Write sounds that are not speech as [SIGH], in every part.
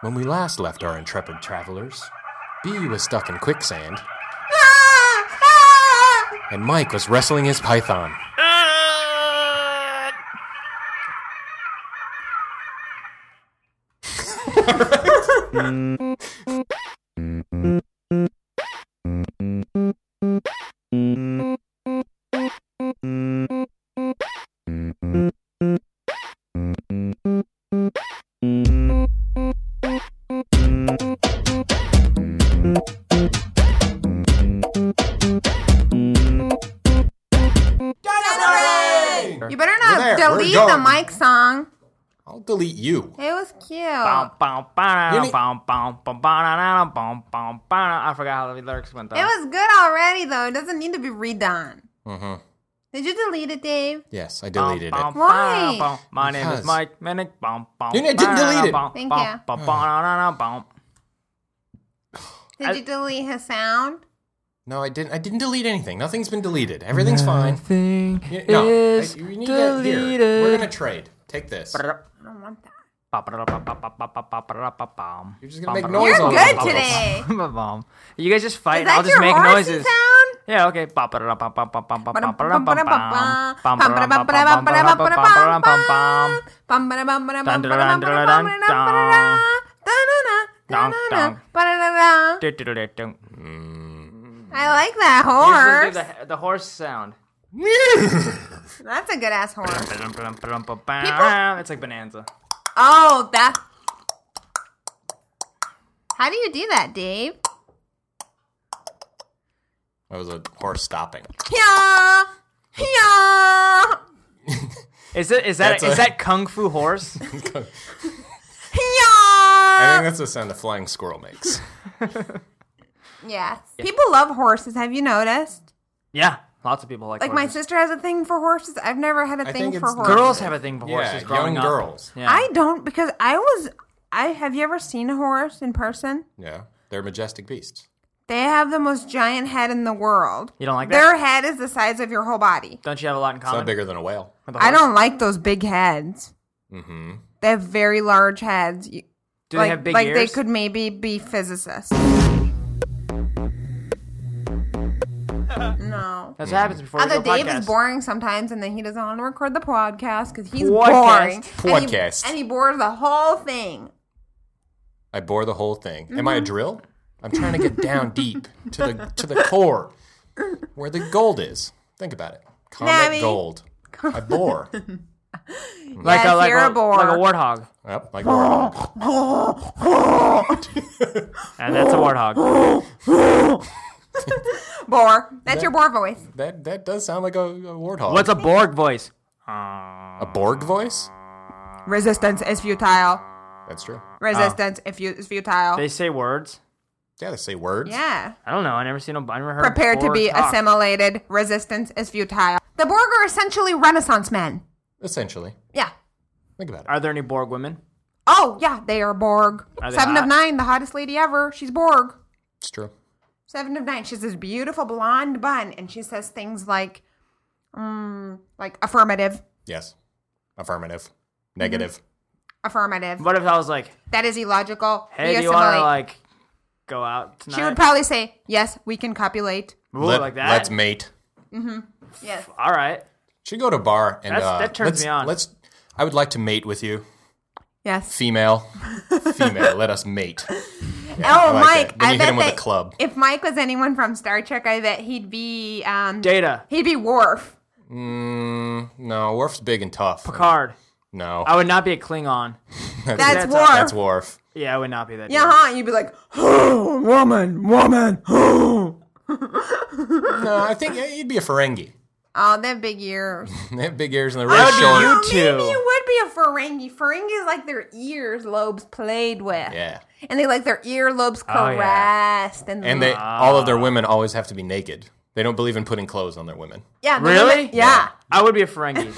When we last left our intrepid travelers, B was stuck in quicksand, and Mike was wrestling his python. You better not We're there. We're delete the going. Mike song. I'll delete you. It was You cute. need- I forgot how the lyrics went though. It was good already, though. It doesn't need to be redone. Mm-hmm. Did you delete it, Dave? Yes, I deleted it. Bum, bum, Why? bum. My name Because- is Mike Minnick. Bum, bum, You need to bum, delete it. bum, Thank bum, you. bum, bum, bum, bum. Did you delete his sound? No, I didn't. I didn't delete anything. Nothing's been deleted. Everything's fine. Thing Y- no, I- is you need to, here, we're gonna trade. Take this. [LAUGHS] I don't want that. You're just gonna make noise You're all good over the place. today. You guys just Is fight. and that I'll just your make horsey noises. sound? Yeah, okay. I like that Here's horse. the- The horse sound. That's a good ass horse. It's like Bonanza. Oh, that. How do you do that, Dave? That was a horse stopping. Yeah, yeah, Is it? Is that? That's a- Is that Kung [LAUGHS] Fu horse? Ah. I think yeah. that's the sound a flying squirrel [LAUGHS] makes. Yes. People love horses. Have you noticed? Yeah, lots of people like. Like my horses. sister has a thing for horses. I've never had a I thing think for it's the- horses. Girls have a thing for horses. yeah, growing young up. girls. Yeah. I don't because I was. I have you ever seen a horse in person? Yeah, they're majestic beasts. They have the most giant head in the world. You don't like Their that? head is the size of your whole body. Don't you have a lot in It's not common? bigger than a whale. with a I horse? don't like those big heads. Mm-hmm. They have very large heads. You- Do like, they have big like ears? they could maybe be physicists. no. That's what happens before Although we go Dave podcast. is boring sometimes, and then he doesn't want to record the podcast because he's boring. Podcast. And he- Podcast. And he, bores the whole thing. I bore the whole thing. Am I a drill? I'm trying to get down deep to the to the core, where the gold is. Think about it. Comet Nabby. gold. I bore. Like Yes, a like you're a, a bore. like a warthog, Yep, like warthog. and that's a warthog. Bore. That's your bore voice. That that does sound like a, a warthog. What's a Borg voice? a Borg voice? Resistance is futile. That's true. Oh. Resistance if you is futile. They say words. Yeah, they say words. yeah. I don't know. I never seen them. I never heard. a Prepared to Borg be talk. assimilated. Resistance is futile. The Borg are essentially Renaissance men. Essentially, Yeah. think about it. Are there any Borg women? Oh yeah, they are Borg. Are they Seven of hot? nine, the hottest lady ever. She's Borg. It's true. Seven of nine. She's this beautiful blonde bun, and she says things like, mm, like affirmative, Yes. Affirmative. Negative. affirmative. What if I was like, that is illogical. hey, do you want to Reassimilate. like go out tonight? she would probably say, yes, we can copulate. Ooh, like that. Let's mate. Yes. All right. Should go to a bar and That's- uh, that turns let's- me on. Let's. I would like to mate with you, Yes. female. female. Let us mate. Oh, I like that. Mike, Then you I hit bet him with a that club. If Mike was anyone from Star Trek, I bet he'd be um, Data. he'd be Worf. Mm, no, Worf's big and tough. Picard. No, I would not be a Klingon. That's, That's- [LAUGHS] Worf. that's Worf. Yeah, I would not be that. yeah, huh? Uh-huh. You'd be like, oh, woman, woman. [LAUGHS] oh, No, I think yeah, he'd be a Ferengi. [LAUGHS] they have "Oh, big ears. They have big ears and they're really would be short. you. Oh, maybe too. you would be a Ferengi. Ferengi is like their ears lobes played with. Yeah. And they like their ear lobes Oh, yeah. caressed. And, And they all of their women always have to be naked. They don't believe in putting clothes on their women. yeah, they- Really? yeah. I would be a Ferengi.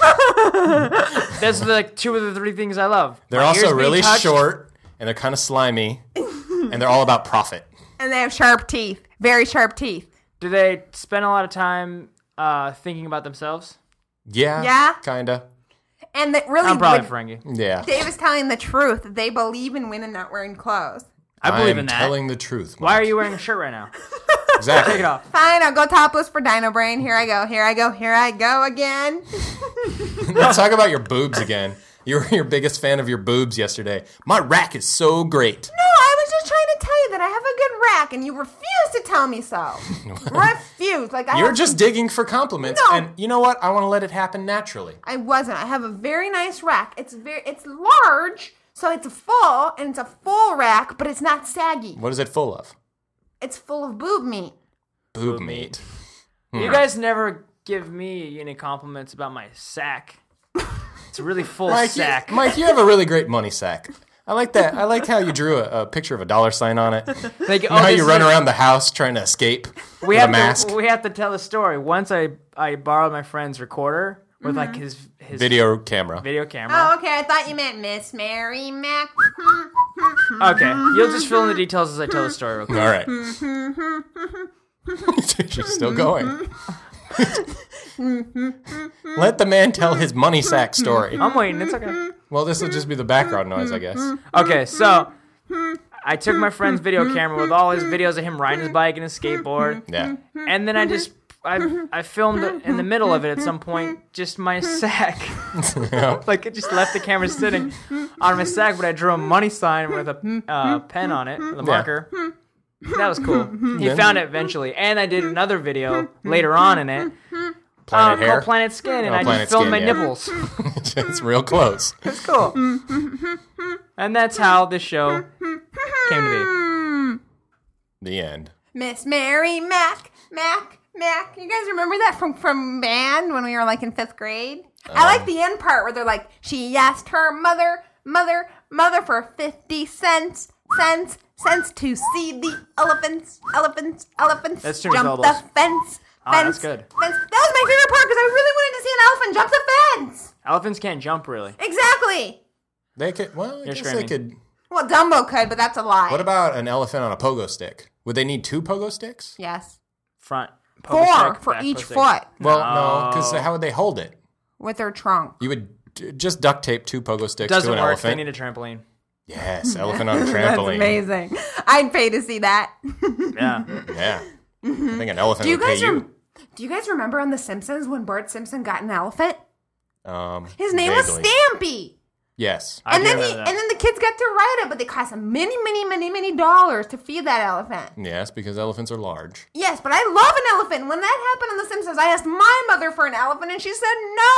That's like two of the three things I love. They're My ears also being really touched. short and they're kind of slimy and they're all about profit. And they have sharp teeth. Very sharp teeth. Do they spend a lot of time uh, thinking about themselves? Yeah. [LAUGHS] Yeah? Kinda. And that really, I'm probably would- Frankie. Yeah. Dave is telling the truth. They believe in women not wearing clothes. I believe am in that. telling the truth. Why Mike. are you wearing a shirt [LAUGHS] right now? Exactly. [LAUGHS] Take it off. Fine, I'll go topless for Dino Brain. Here I go. Here I go. Here I go again. Let's talk about your boobs again. You were your biggest fan of your boobs yesterday. My rack is so great. No, I was just trying to tell you that I have a good rack, and you refuse to tell me [LAUGHS] so. refuse. Like I, You're have- just digging for compliments, No. and you know what? I want to let it happen naturally. I wasn't. I have a very nice rack. It's very, it's large, so it's full, and it's a full rack, but it's not saggy. What is it full of? It's full of boob meat. Boob meat. Hmm. You guys never give me any compliments about my sack. It's a really full Mike, you, [LAUGHS] sack. Mike, you have a really great money sack. I like that. I like how you drew a, a picture of a dollar sign on [LAUGHS] it. Like, oh, how this you is run a- around the house trying to escape We with have a mask. To, we have to tell a story. Once I I borrowed my friend's recorder with like his his video, Video camera. camera. Oh, okay. I thought you meant Miss Mary Mac. Okay, you'll just fill in the details as I tell the story. Real quick. All right. [LAUGHS] She's still going. [LAUGHS] Let the man tell his money sack story. I'm waiting. It's okay. Well, this will just be the background noise, I guess. Okay, so I took my friend's video camera with all his videos of him riding his bike and his skateboard, Yeah. [LAUGHS] and then I just I I filmed in the middle of it at some point just my [LAUGHS] sack. like I just left the camera sitting on my sack, but I drew a money sign with a uh, pen on it, with a marker. That [LAUGHS] was cool. He Yeah. found it eventually, and I did another [LAUGHS] video later on in it uh, um, Planet hair. Oh, called Planet Skin, and I Planet just filmed Skin, my yeah. nipples. [LAUGHS] it's real close. It's cool. and that's how this show came to The end. Miss Mary Mac Mac Mac. You guys remember that from from band when we were like in fifth grade? Uh-huh. I like the end part where they're like, she asked her mother, mother, mother for fifty cents, cents, cents to see the elephants, elephants, elephants That's too many jump the syllables. fence. Ah, Fence, that's good. Fence. That was my favorite part because I really wanted to see an elephant jump the fence. be. Elephants can't jump really. Exactly. They could. Well, I guess they screaming. could. Well, Dumbo could, but that's a lie. What about an elephant on a pogo stick? Would they need two pogo sticks? yes, Front. four pogo stick, for back each pogo stick. foot Well, no, because how would they hold it? with their trunk. You would d- just duct tape two pogo sticks Doesn't to an work. elephant. They need a trampoline. [LAUGHS] yes, elephant on a That's trampoline. amazing. I'd pay to see that. [LAUGHS] Yeah. Yeah. I think an elephant Do you would guys pay rem- do you guys remember on The Simpsons when Bart Simpson got an elephant? you. Um, His name vaguely. was Stampy. Yes. I and do then he remember that. and then the kids got to ride it, but they cost him many, many, many, many dollars to feed that elephant. Yes, because elephants are large. Yes, but I love an elephant. When that happened on The Simpsons, I asked my mother for an elephant and she said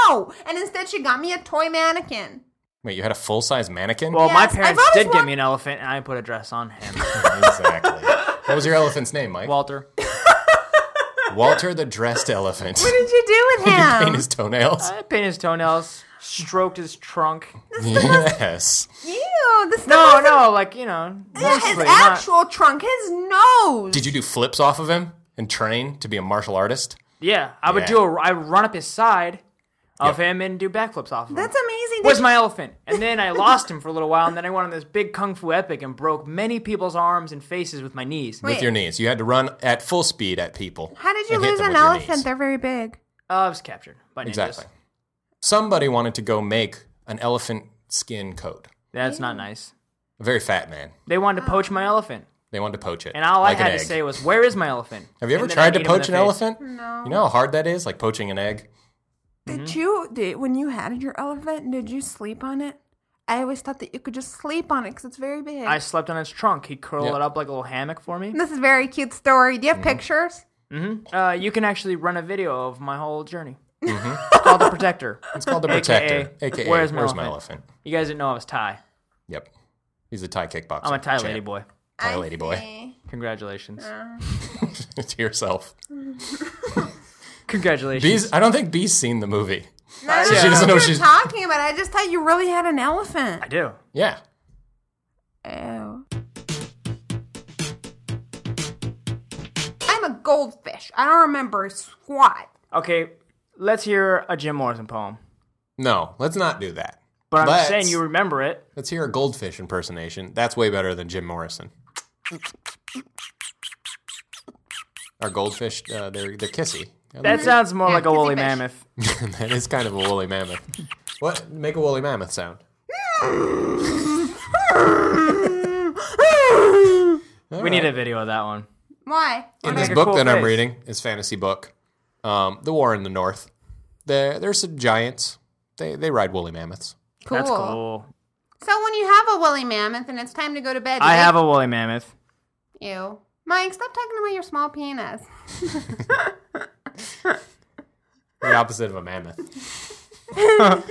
no. And instead she got me a toy mannequin. Wait, you had a full size mannequin? well, my Yes, I've parents always did give want- me an elephant, and I put a dress on him. [LAUGHS] exactly. What was your elephant's name, Mike? [LAUGHS] Walter. Walter the dressed elephant. What did you do [LAUGHS] with him? Paint his [LAUGHS] toenails. I painted his toenails, stroked his trunk. yes. Ew, this No, stuff wasn't- no, like you know, his mostly, not- actual trunk, his nose. Did you do flips off of him and train to be a martial artist? Yeah, I would Yeah. do a. I would run up his side of him and do backflips off of him. That's amazing. Did Where's my elephant? And then I lost him for a little while, and then I went on this big kung fu epic and broke many people's arms and faces with my knees. Wait. With your knees. You had to run at full speed at people. How did you and hit lose them an with your elephant? knees. They're very big. Uh, I was captured by ninjas. Exactly. Somebody wanted to go make an elephant skin coat. That's not nice. A very fat man. They wanted to poach my elephant, They wanted to poach it. and all like I an had to egg. say was, "Where is my elephant?" Have you ever And then I tried to beat him in poach the an face. elephant? No. You know how hard that is? Like poaching an egg? Did Mm-hmm. you did when you had your elephant? Did you sleep on it? I always thought that you could just sleep on it because it's very big. I slept on its trunk. He curled Yeah. it up like a little hammock for me. this is a very cute story. Do you have Mm-hmm. pictures? Uh, you can actually run a video of my whole journey. Mm-hmm. It's called the Protector. It's [LAUGHS] called the protector. AKA, Where's My elephant? You guys didn't know I was Thai. Yep. He's a Thai kickboxer. I'm a Thai champ. lady boy. Thai lady boy. [LAUGHS] see. Congratulations. to yourself. Congratulations. Bees, I don't think Bee's seen the movie. No, I don't she doesn't know what you're she's- talking about. I just thought you really had an elephant. I do. Yeah. Ew. I'm a goldfish. I don't remember squat. Okay, let's hear a Jim Morrison poem. No, let's not do that. But I'm Let's- saying you remember it. Let's hear a goldfish impersonation. That's way better than Jim Morrison. Our goldfish, uh, they're, they're kissy. [LAUGHS] That sounds more like Mm-hmm. a kissy woolly fish. mammoth. that is kind of a woolly mammoth. What? Make a woolly mammoth sound. We need a video of that one. Why? in Make this a book cool that I'm face. reading, this fantasy book, um, The War in the North. There, there's some giants. They they ride woolly mammoths. Cool. That's cool. So when you have a woolly mammoth and it's time to go to bed, I have a woolly mammoth. you. Mike, stop talking about your [LAUGHS] small penis. The opposite of a mammoth.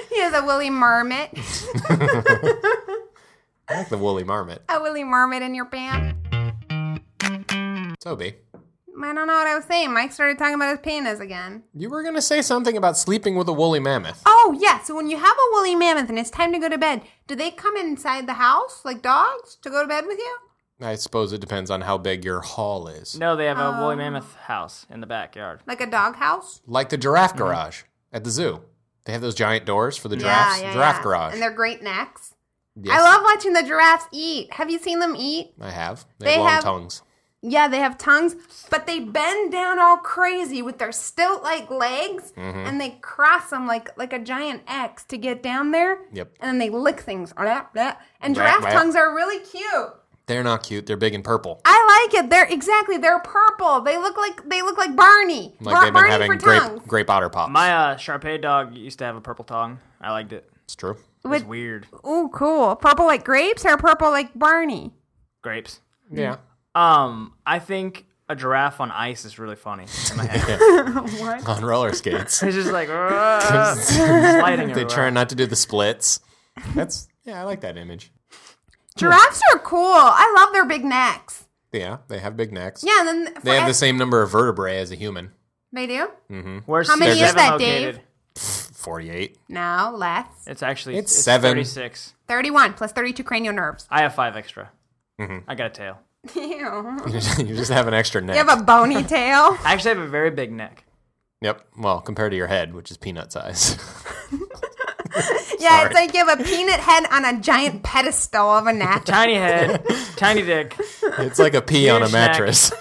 He has a woolly marmot. I like the woolly marmot. a woolly marmot in your pants. Toby, I don't know what I was saying. Mike started talking about his penis again. you were gonna say something about sleeping with a woolly mammoth. Oh yeah. So when you have a woolly mammoth and it's time to go to bed, do they come inside the house like dogs to go to bed with you? I suppose it depends on how big your hall is. No, they have a woolly mammoth house in the backyard. Like a dog house? Like the giraffe garage at the zoo. They have those giant doors for the giraffes. giraffe garage. And their great necks. Yes, I love watching the giraffes eat. Have you seen them eat? I have. They, They have long have- tongues. Yeah, they have tongues, but they bend down all crazy with their stilt-like legs, Mm-hmm. and they cross them like like a giant X to get down there. Yep. And then they lick things. Blah, blah. And Blah, giraffe blah. tongues are really cute. They're not cute. They're big and purple. I like it. They're exactly. They're purple. They look like they look like Barney. Like they've Bar- been Barney having for grape, tongues. grape otter pops. My uh, Shar Pei dog used to have a purple tongue. I liked it. it's true. It was weird. Ooh, cool. Purple like grapes or purple like Barney? Grapes. Yeah. Um, I think a giraffe on ice is really funny in my head. [LAUGHS] On roller [LAUGHS] skates. it's just like "Rah," sliding They everywhere. try not to do the splits. That's yeah, I like that image. Giraffes are cool. I love their big necks. Yeah, they have big necks. Yeah, and then for They have the ev- same number of vertebrae as a human. They do? Where's How many seven is that, located? Dave? Forty-eight. [LAUGHS] No, less. It's actually It's it's, seven. Thirty-six. 31 plus 32 cranial nerves. [LAUGHS] I have five extra. Mm-hmm. I got a tail. Ew. you just have an extra neck. You have a [LAUGHS] bony tail. I actually have a very big neck. yep. Well, compared to your head, which is peanut size. Yeah, Sorry. it's like you have a peanut head on a giant pedestal of [LAUGHS] a neck. Tiny head, tiny dick. it's like a pea on a Huge neck. [LAUGHS] mattress.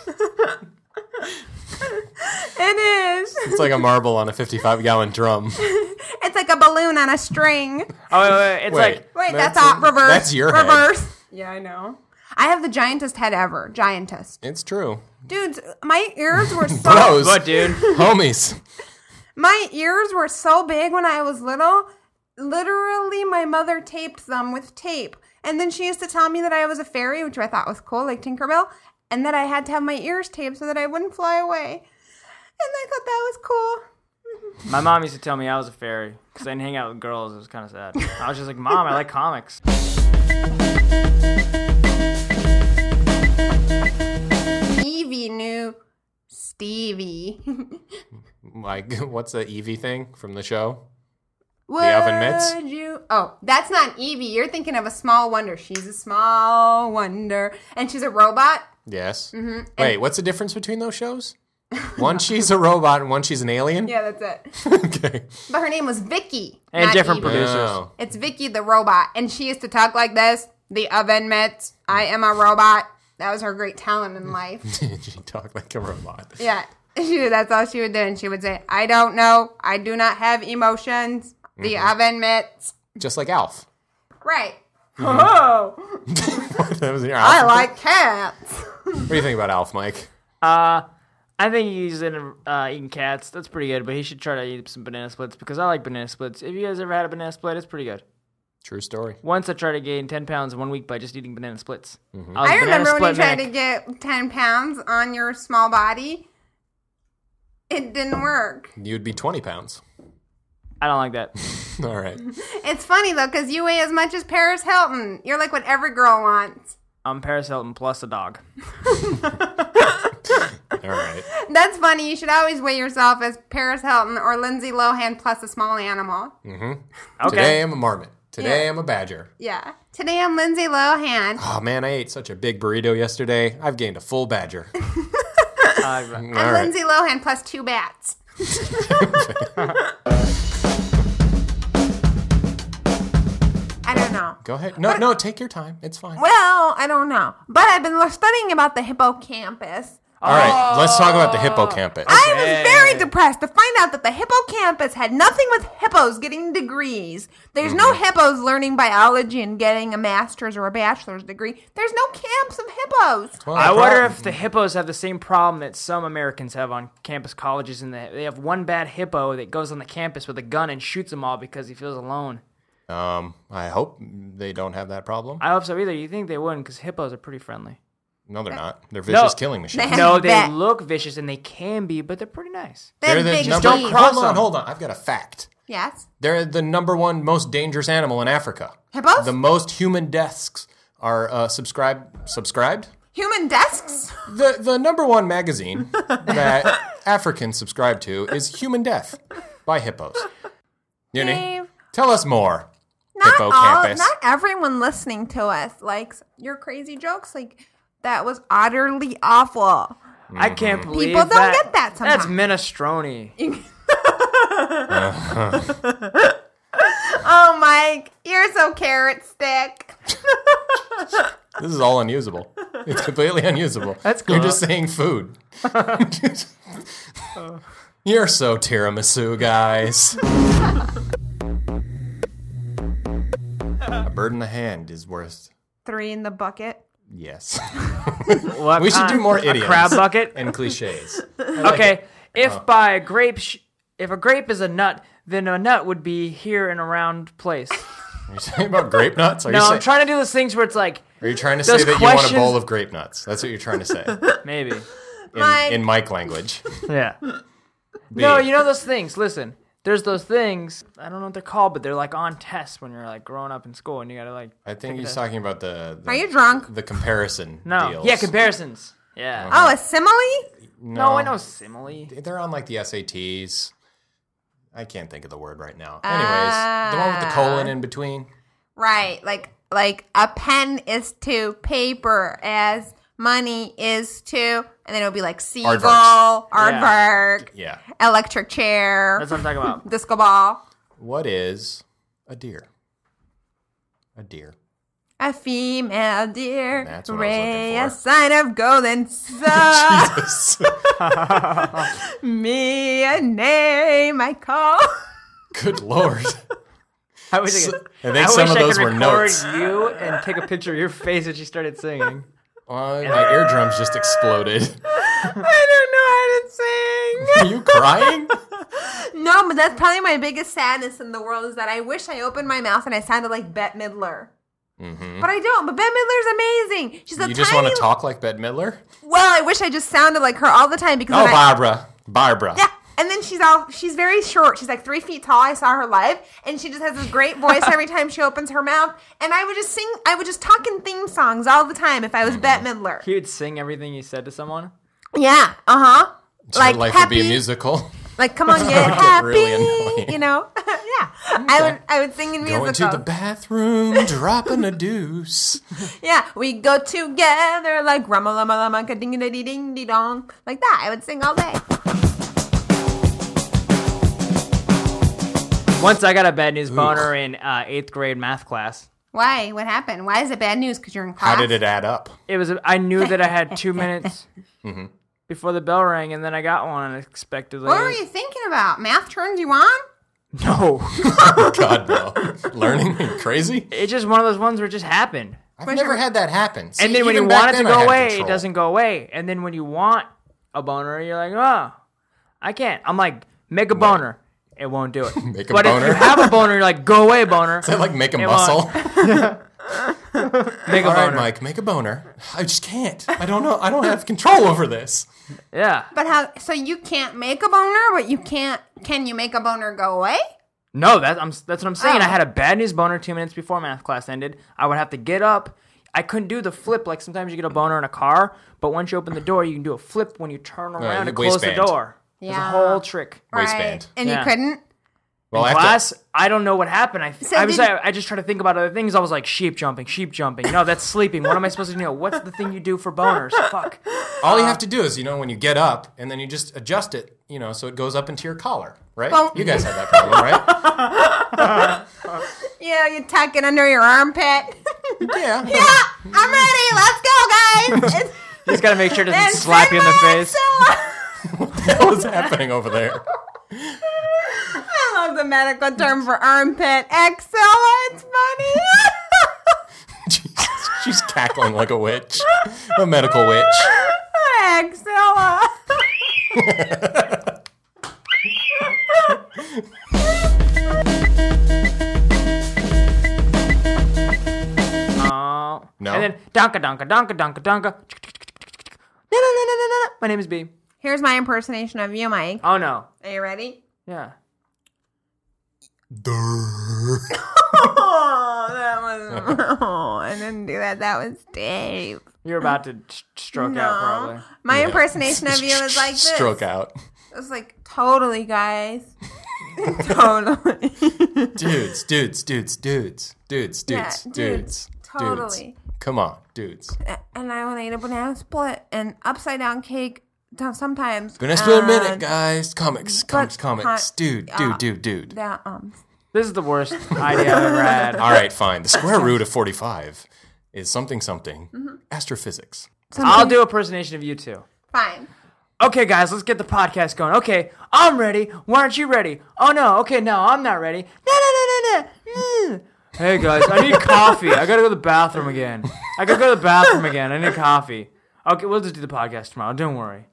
it is. it's like a marble on a fifty-five gallon drum. It's like a balloon on a string. Oh, wait, wait, wait, it's Wait. like Wait, That's that's, a- not reverse. that's your head. reverse. Yeah, I know. I have the giantest head ever. Giantest. It's true. Dudes, my ears [LAUGHS] were so Bros, what, dude? homies. my ears were so big when I was little. Literally, my mother taped them with tape. And then she used to tell me that I was a fairy, which I thought was cool, like Tinkerbell, and that I had to have my ears taped so that I wouldn't fly away. And I thought that was cool. My mom used to tell me I was a fairy because I didn't hang out with girls. It was kind of sad. I was just like, Mom, I like comics. Evie knew Stevie. [LAUGHS] Like, [LAUGHS] what's the Evie thing from the show? Would oven mitts? You... Oh, that's not Evie. You're thinking of a small wonder. She's a small wonder. And she's a robot. Yes. Mm-hmm. Wait, what's the difference between those [LAUGHS] shows? One she's a robot and one she's an alien. Yeah, that's it. [LAUGHS] okay. But her name was Vicky. And not different Evie. producers. Oh. [LAUGHS] It's Vicky the robot, and she used to talk like this. The oven mitts. I am a robot. That was her great talent [LAUGHS] in life. she talked like a robot. Yeah, she, that's all she would do, and she would say, "I don't know. I do not have emotions." The oven mitts. Just like Alf. [LAUGHS] Right. Oh, that was your I Alf. like cats. What do you think about Alf, Mike? Uh, I think he's in uh, eating cats. That's pretty good, but he should try to eat some banana splits because I like banana splits. If you guys ever had a banana split, it's pretty good. True story. Once I tried to gain 10 pounds in one week by just eating banana splits. Mm-hmm. I, was I a banana remember when you split tried maniac. to get ten pounds on your small body. It didn't work. You'd be 20 pounds. [LAUGHS] I don't like that. All right. It's funny though, because you weigh as much as Paris Hilton. You're like what every girl wants. I'm Paris Hilton plus a dog. All right. That's funny. You should always weigh yourself as Paris Hilton or Lindsay Lohan plus a small animal. Okay. Today I'm a marmot. Today Yeah. I'm a badger. Yeah. Today I'm Lindsay Lohan. Oh, man, I ate such a big burrito yesterday. I've gained a full badger. Mm, Uh, All I'm right. Lindsay Lohan plus two bats. [LAUGHS] I don't know. Go ahead. No, no, take your time. It's fine. Well, I don't know. But I've been studying about the hippocampus. All right, let's talk about the hippocampus. I was very depressed to find out that the hippocampus had nothing with hippos getting degrees. There's no Mm-hmm. hippos learning biology and getting a master's or a bachelor's degree. There's no camps of hippos. Well, I the wonder problem- if the hippos have the same problem that some Americans have on campus colleges, and that they have one bad hippo that goes on the campus with a gun and shoots them all because he feels alone. Um, I hope they don't have that problem. I hope so either. You think they wouldn't because hippos are [LAUGHS] pretty friendly. No, they're not. They're vicious killing machines. They- No, they Bet. look vicious and they can be, but they're pretty nice. They're Them big the number. don't bees. cross hold on, them. hold on. I've got a fact. Yes. They're the number one most dangerous animal in Africa. Hippos? The most human deaths are uh, subscribed. Subscribed. Human desks? The the number one magazine [LAUGHS] that Africans subscribe to is Human Death by Hippos. Uni, Dave. tell us more. Not all, Hippocampus. not everyone listening to us likes your crazy jokes. Like that was utterly awful. I Mm-hmm. can't believe don't that. get that That's sometimes. minestrone. Oh, Mike, you're so carrot stick. This is all unusable. It's completely unusable. [LAUGHS] That's You're cool. just saying [LAUGHS] food. [LAUGHS] You're so tiramisu, guys. a bird in the hand is worth Three in the bucket. yes. [LAUGHS] What We should kind? do more A idioms [LAUGHS] crab bucket. and cliches. Okay, Oh. if by a grape, sh- if a grape is a nut, then a nut would be here and around place. Are you saying about grape nuts? Are you No, say- I'm trying to do those things where it's like Are you trying to Those say that you want a questions- bowl of grape nuts? That's what you're trying to [LAUGHS] say maybe. in, Mike. in Mike language. [LAUGHS] Yeah. No, Big. you know those things. Listen, there's those things. I don't know what they're called, but they're like on tests when you're like growing up in school and you gotta like. I think he's talking about the, the Are you drunk? the comparison No. deals. Yeah, comparisons. Yeah. Oh, a simile? no, I know simile. they're on like the SATs. I can't think of the word right now. Ah. Anyways, the one with the colon in between. Right. Like like a pen is to paper as money is to and then it'll be like seagull, aardvark, Yeah. electric chair, That's what I'm talking about. disco ball, What is a deer? A deer. [LAUGHS] a female deer, That's what I was ray, looking a for. sign [LAUGHS] of golden sun, Jesus. me a name I call. [LAUGHS] Good lord. I wish I, So- could, [LAUGHS] I think I some wish of I those could were record notes. you and take a picture of your face as you started singing. [LAUGHS] Uh, my [LAUGHS] eardrums just exploded. I don't know how to sing. Are you crying? No, but that's probably my biggest sadness in the world is that I wish I opened my mouth and I sounded like Bette Midler. But I don't. But Bette Midler's amazing. She's a Mm-hmm. You just tiny. want to talk like Bette Midler? Well, I wish I just sounded like her all the time because. Oh, then I, Barbara. Barbara. yeah. And then she's all she's very short. She's like three feet tall. I saw her live, and she just has this great voice [LAUGHS] every time she opens her mouth. And I would just sing. I would just talk in theme songs all the time if I Mm-hmm. was Bette Midler. He would sing everything you said to someone. Yeah. Uh huh. Like Your life happy, would be a musical. Like come on, get get happy. really annoying. you know. [LAUGHS] yeah. I would. I would sing in [LAUGHS] Going musicals. to the bathroom, [LAUGHS] dropping a deuce. Yeah, we go together like rama lama lama ka ding ding ding ding dong. Like that. I would sing all day. Once I got a bad news boner in uh, eighth grade math class. Why? What happened? Why is it bad news? Because you're in class. How did it add [LAUGHS] up? It was I knew that I [LAUGHS] had two minutes Mm-hmm. before the bell rang, and then I got one unexpectedly. What were you thinking about? Math turns you on? No, Oh, God, no. Learning and crazy? it's just one of those ones where it just happened. [LAUGHS] I've never had that happen. See, and then when you even back want it to then I go had away, control. it doesn't go away. And then when you want a boner, you're like, oh, I can't. I'm like, make a boner. It won't do [LAUGHS] it. Make a but if boner. you have a boner, you're like, go [LAUGHS] away, boner. Is that like make a It muscle? [LAUGHS] Make a All right, boner. Mike, make a boner. I just can't. I don't know. I [LAUGHS] don't have control over this. Yeah. But how? So you can't make a boner, but you can't. Can you make a boner go away? No, that, I'm, that's what I'm saying. Oh. I had a bad news boner two minutes before math class ended. I would have to get up. I couldn't do the flip. Like sometimes you get a boner in a car, but once you open the door, you can do a flip when you turn around the and close the waistband. door. There's Yeah. a whole trick. Waistband. And Yeah. you couldn't? Well, I have to- Glass, I don't know what happened. I, I was did- I, I just tried to think about other things. I was like sheep jumping, sheep jumping. No, that's sleeping. What am I supposed to do? What's the thing you do for boners? Fuck. all you have to do is, you know, when you get up and then you just adjust it, you know, so it goes up into your collar, right? Well- you guys [LAUGHS] had that problem, right? Yeah, you tuck it under your armpit. [LAUGHS] yeah. [LAUGHS] [LAUGHS] yeah, I'm ready. Let's go, guys. It's- He's got to make sure it doesn't and slap you in the Venmo [LAUGHS] face. Excel. What's happening over there? I love the medical term for armpit. Excella, it's funny. [LAUGHS] Jesus, she's cackling like a witch, a medical witch. Excella. Oh. No. And then donka donka donka donka donka. Na, na, na, na, na, na. My name is B. [LAUGHS] Here's my impersonation of you, Mike. Oh no. Are you ready? Yeah. Durr. [LAUGHS] Oh, [LAUGHS] that was. [LAUGHS] Oh, I didn't do that. That was Dave. You're about to st- stroke out probably. My impersonation of you is like this. Stroke out. It was like [LAUGHS] totally, guys. totally. [LAUGHS] Dudes, dudes, dudes, dudes, dudes, dudes, Yeah, dudes, dudes, dudes. totally. Come on, dudes. and I would eat a banana split and upside down cake t- sometimes. Gonna spend a minute, and guys. Comics, comics, comics. Uh, con- Dude, uh, dude, dude, dude. That, um, This is the worst idea I've ever had. [LAUGHS] All right, fine. The [LAUGHS] square root of 45 is something something Mm-hmm. astrophysics. I'll do a impersonation of you two. Fine. Okay, guys, let's get the podcast going. Okay, I'm ready. Why aren't you ready? Oh no. Okay, no, I'm not ready. No, no, no, no, no. Mm. Hey guys, I need coffee. I gotta go to the bathroom again. I gotta go to the bathroom again. I need coffee. Okay, we'll just do the podcast tomorrow. Don't worry.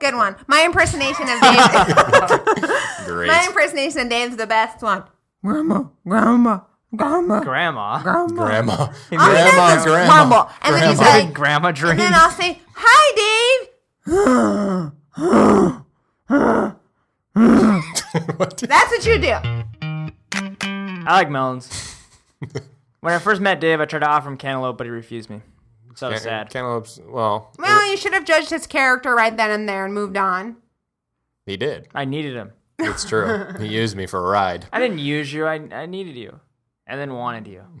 Good one. My impersonation of [LAUGHS] Dave. Great. my impersonation of Dave's the best one. Grandma, grandma, grandma, Grandma. grandma. Grandma. All he does Grandma, is grandma. mumble, and then he's grandma. like, Grandma dreams. then I'll say, "Hi, Dave." [LAUGHS] What did- That's what you do. I like melons. when I first met Dave, I tried to offer him cantaloupe, but he refused me. So sad. Cantaloupes. Well, Well, you should have judged his character right then and there and moved [LAUGHS] on. he did. I needed him. It's true. [LAUGHS] he used me for a ride. I didn't use you. I, I needed you, and then wanted you. [LAUGHS] [LAUGHS]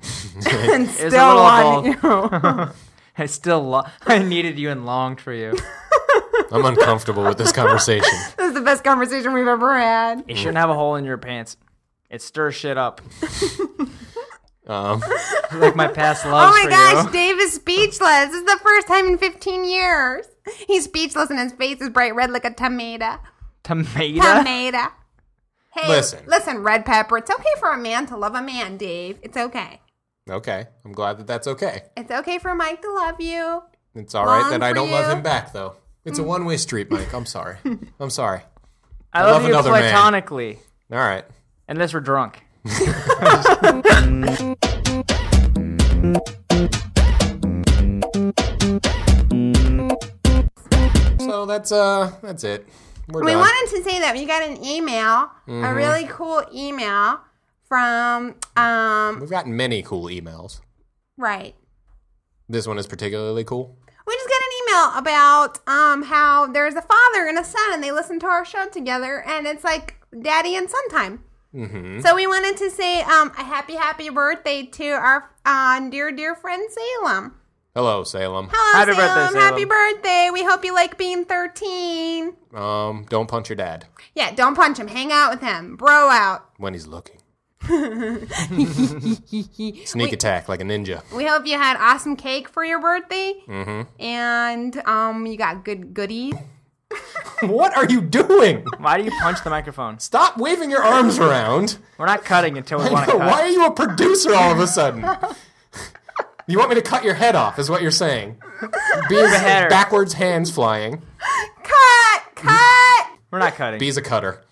And a still little on you. [LAUGHS] I still lo- [LAUGHS] I needed you and longed for you. I'm uncomfortable with this conversation. This is the best conversation we've ever had. You shouldn't have a hole in your pants. It stirs [LAUGHS] shit up. Um, Like my past Oh loves my for [LAUGHS] gosh, you. Dave is speechless. This is the first time in 15 years. He's speechless and his face is bright red like a tomato. Tomato. Tomato. Hey, Listen. Listen, red pepper. It's okay for a man to love a man, Dave. It's okay. okay. I'm glad that that's okay. It's okay for Mike to love you. It's all right Long that I for don't love you. him back, though. It's a one way street, Mike. I'm sorry. I'm sorry. I love love you another man. platonically, All right. unless we're drunk. So that's uh, that's it. We're We done. wanted to say that we got an email, Mm-hmm. a really cool email from, um, We've gotten many cool emails. right. This one is particularly cool. We just got an email about um how there's a father and a son and they listen to our show together and it's like daddy and son time. Mm-hmm. So we wanted to say um a happy happy birthday to our uh, dear dear friend Salem. Hello, Salem. Hello Happy Salem, birthday, happy Salem. birthday. We hope you like being 13. Um, don't punch your dad Yeah, don't punch him. Hang out with him. Bro out. when he's looking. [LAUGHS] Sneak attack like a ninja. We hope you had awesome cake for your birthday. And um you got good goodies. what are you doing? Why do you punch the microphone? Stop waving your arms around. We're not cutting until [LAUGHS] we want to cut. Why are you a producer all of a sudden? you want me to cut your head off, is what you're saying. Bees Beheader. backwards hands flying. Cut! Cut! We're not cutting. Bees a cutter.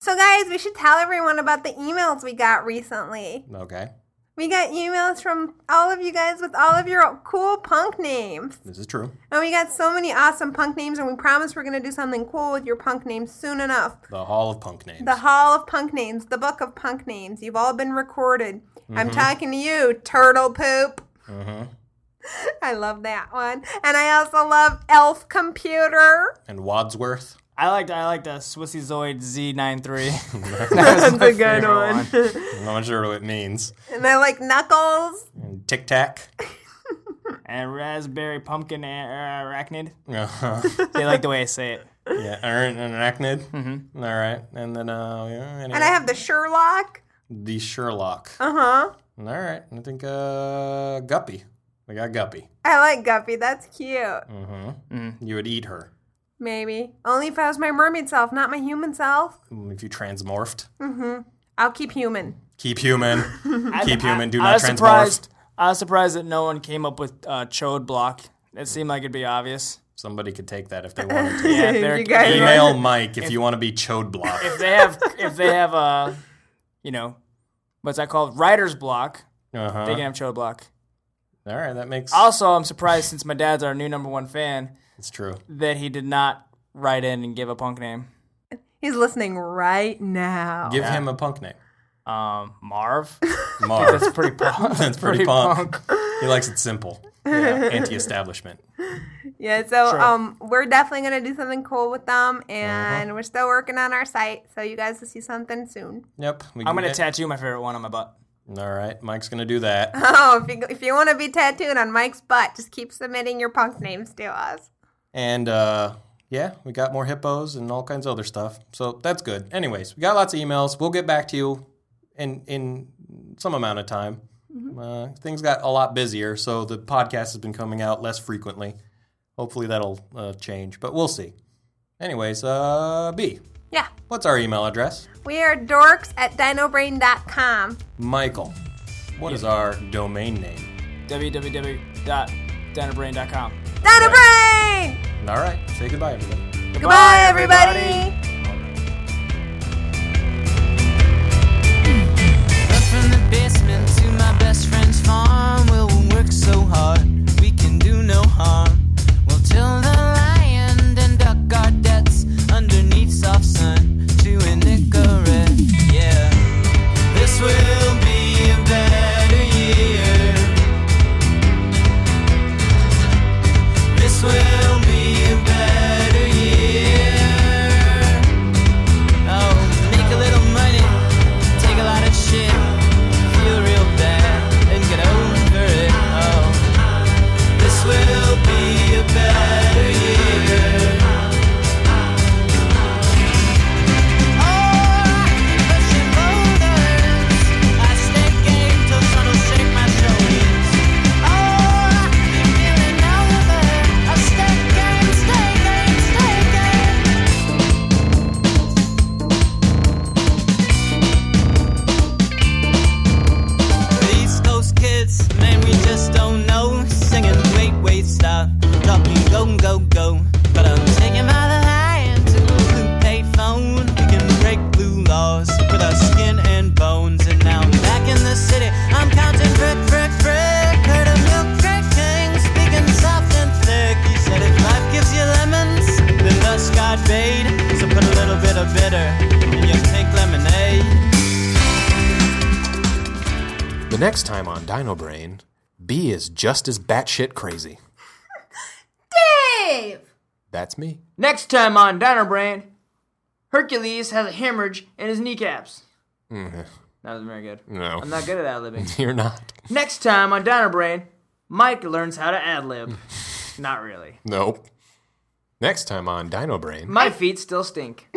So, guys, we should tell everyone about the emails we got recently. Okay. We got emails from all of you guys with all of your cool punk names. This is true. And we got so many awesome punk names, and we promise we're going to do something cool with your punk names soon enough. The Hall of Punk names. The Hall of Punk Names, the Book of Punk Names. You've all been recorded. I'm Mm-hmm. talking to you, Turtle Poop. [LAUGHS] I love that one. And I also love Elf Computer. and Wadsworth. I liked I liked a Swissy Zoid [LAUGHS] Z93. That's a good favorite one. I'm not sure what it means. and I like Knuckles. And Tic Tac. [LAUGHS] and raspberry pumpkin uh, and arachnid. Uh-huh. They like the way I say it. yeah, Aaron and Arachnid. Mm-hmm. All right. And then, uh, yeah, anyway. And I have the Sherlock. the Sherlock. Uh huh. All right. I think, uh, Guppy. I got Guppy. I like Guppy. That's cute. Mm. You would eat her Maybe. Only if I was my mermaid self, not my human self. if you transmorphed. I'll keep human. Keep human. [LAUGHS] Keep human. Do I not was transmorph. surprised. I was surprised that no one came up with uh, Chode Block. It seemed like it'd be obvious. Somebody could take that if [LAUGHS] they wanted to. Yeah, if they're- [LAUGHS] You guys- Email Mike if you want to be chode block. if they have if they have uh, you know, what's that called? Writer's block. Uh-huh. They can have Chode Block. All right, that makes Also, I'm surprised since my dad's our new number one fan it's true. that he did not write in and give a punk name. He's listening right now. Give him a [LAUGHS] punk name. Um, Marv. [LAUGHS] Marv. That's [LAUGHS] pretty punk. That's pretty, punk. He likes [LAUGHS] it simple. Anti-establishment. Yeah, so um, we're definitely gonna do something cool with them, and we're still working on our site, so you guys will see something soon. [LAUGHS] Yep. We I'm can gonna get- tattoo my favorite one on my butt. All right, Mike's gonna do that. Oh, if you if you want to be tattooed on Mike's butt, just keep submitting your punk names to us. And uh, yeah, we got more hippos and all kinds of other stuff. So that's good. Anyways, we got lots of emails. We'll get back to you in in some amount of time. Uh, things got a lot busier, so the podcast has been coming out less frequently. Hopefully that'll uh, change, but we'll see. Anyways, uh, B, Yeah, what's our email address? we are dorks at dinobrain.com. Michael, what is our domain name? www.dinobrain.com. Dinobrain! All right, say goodbye, everybody. Goodbye, everybody. Up from the basement to my best friend's farm. We'll work so hard, we can do no harm. We'll till the lion and duck our debts underneath soft sun to an Icarus. Yeah, this will be a better year. This will be a better year. Oh, make a little money, take a lot of shit, feel real bad, and get over it. Oh, this will be a better year. Stay game, These Coast kids, man, we just don't know. Singing, wait, wait, stop. Drop me, go, go, go. But I'm taking by the hand to a blue pay phone. We can break blue laws with our skin and bones. And now I'm back in the city. I'm counting brick, brick, brick. Heard a milk brick king speaking soft and thick. He said, if life gives you lemons, then thus God made. So put a little bit of bitter in your pink lemonade. The next time on Dino Brain, B is just as batshit crazy. Dave. That's me. Next time on Dino Brand, Hercules has a hemorrhage in his kneecaps. Mm-hmm. That was very good. No. I'm not good at ad [LAUGHS] libbing. You're not. Next time on Dino Brain, Mike learns how to ad lib. not really. Nope. Next time on Dino Brain. My feet still stink.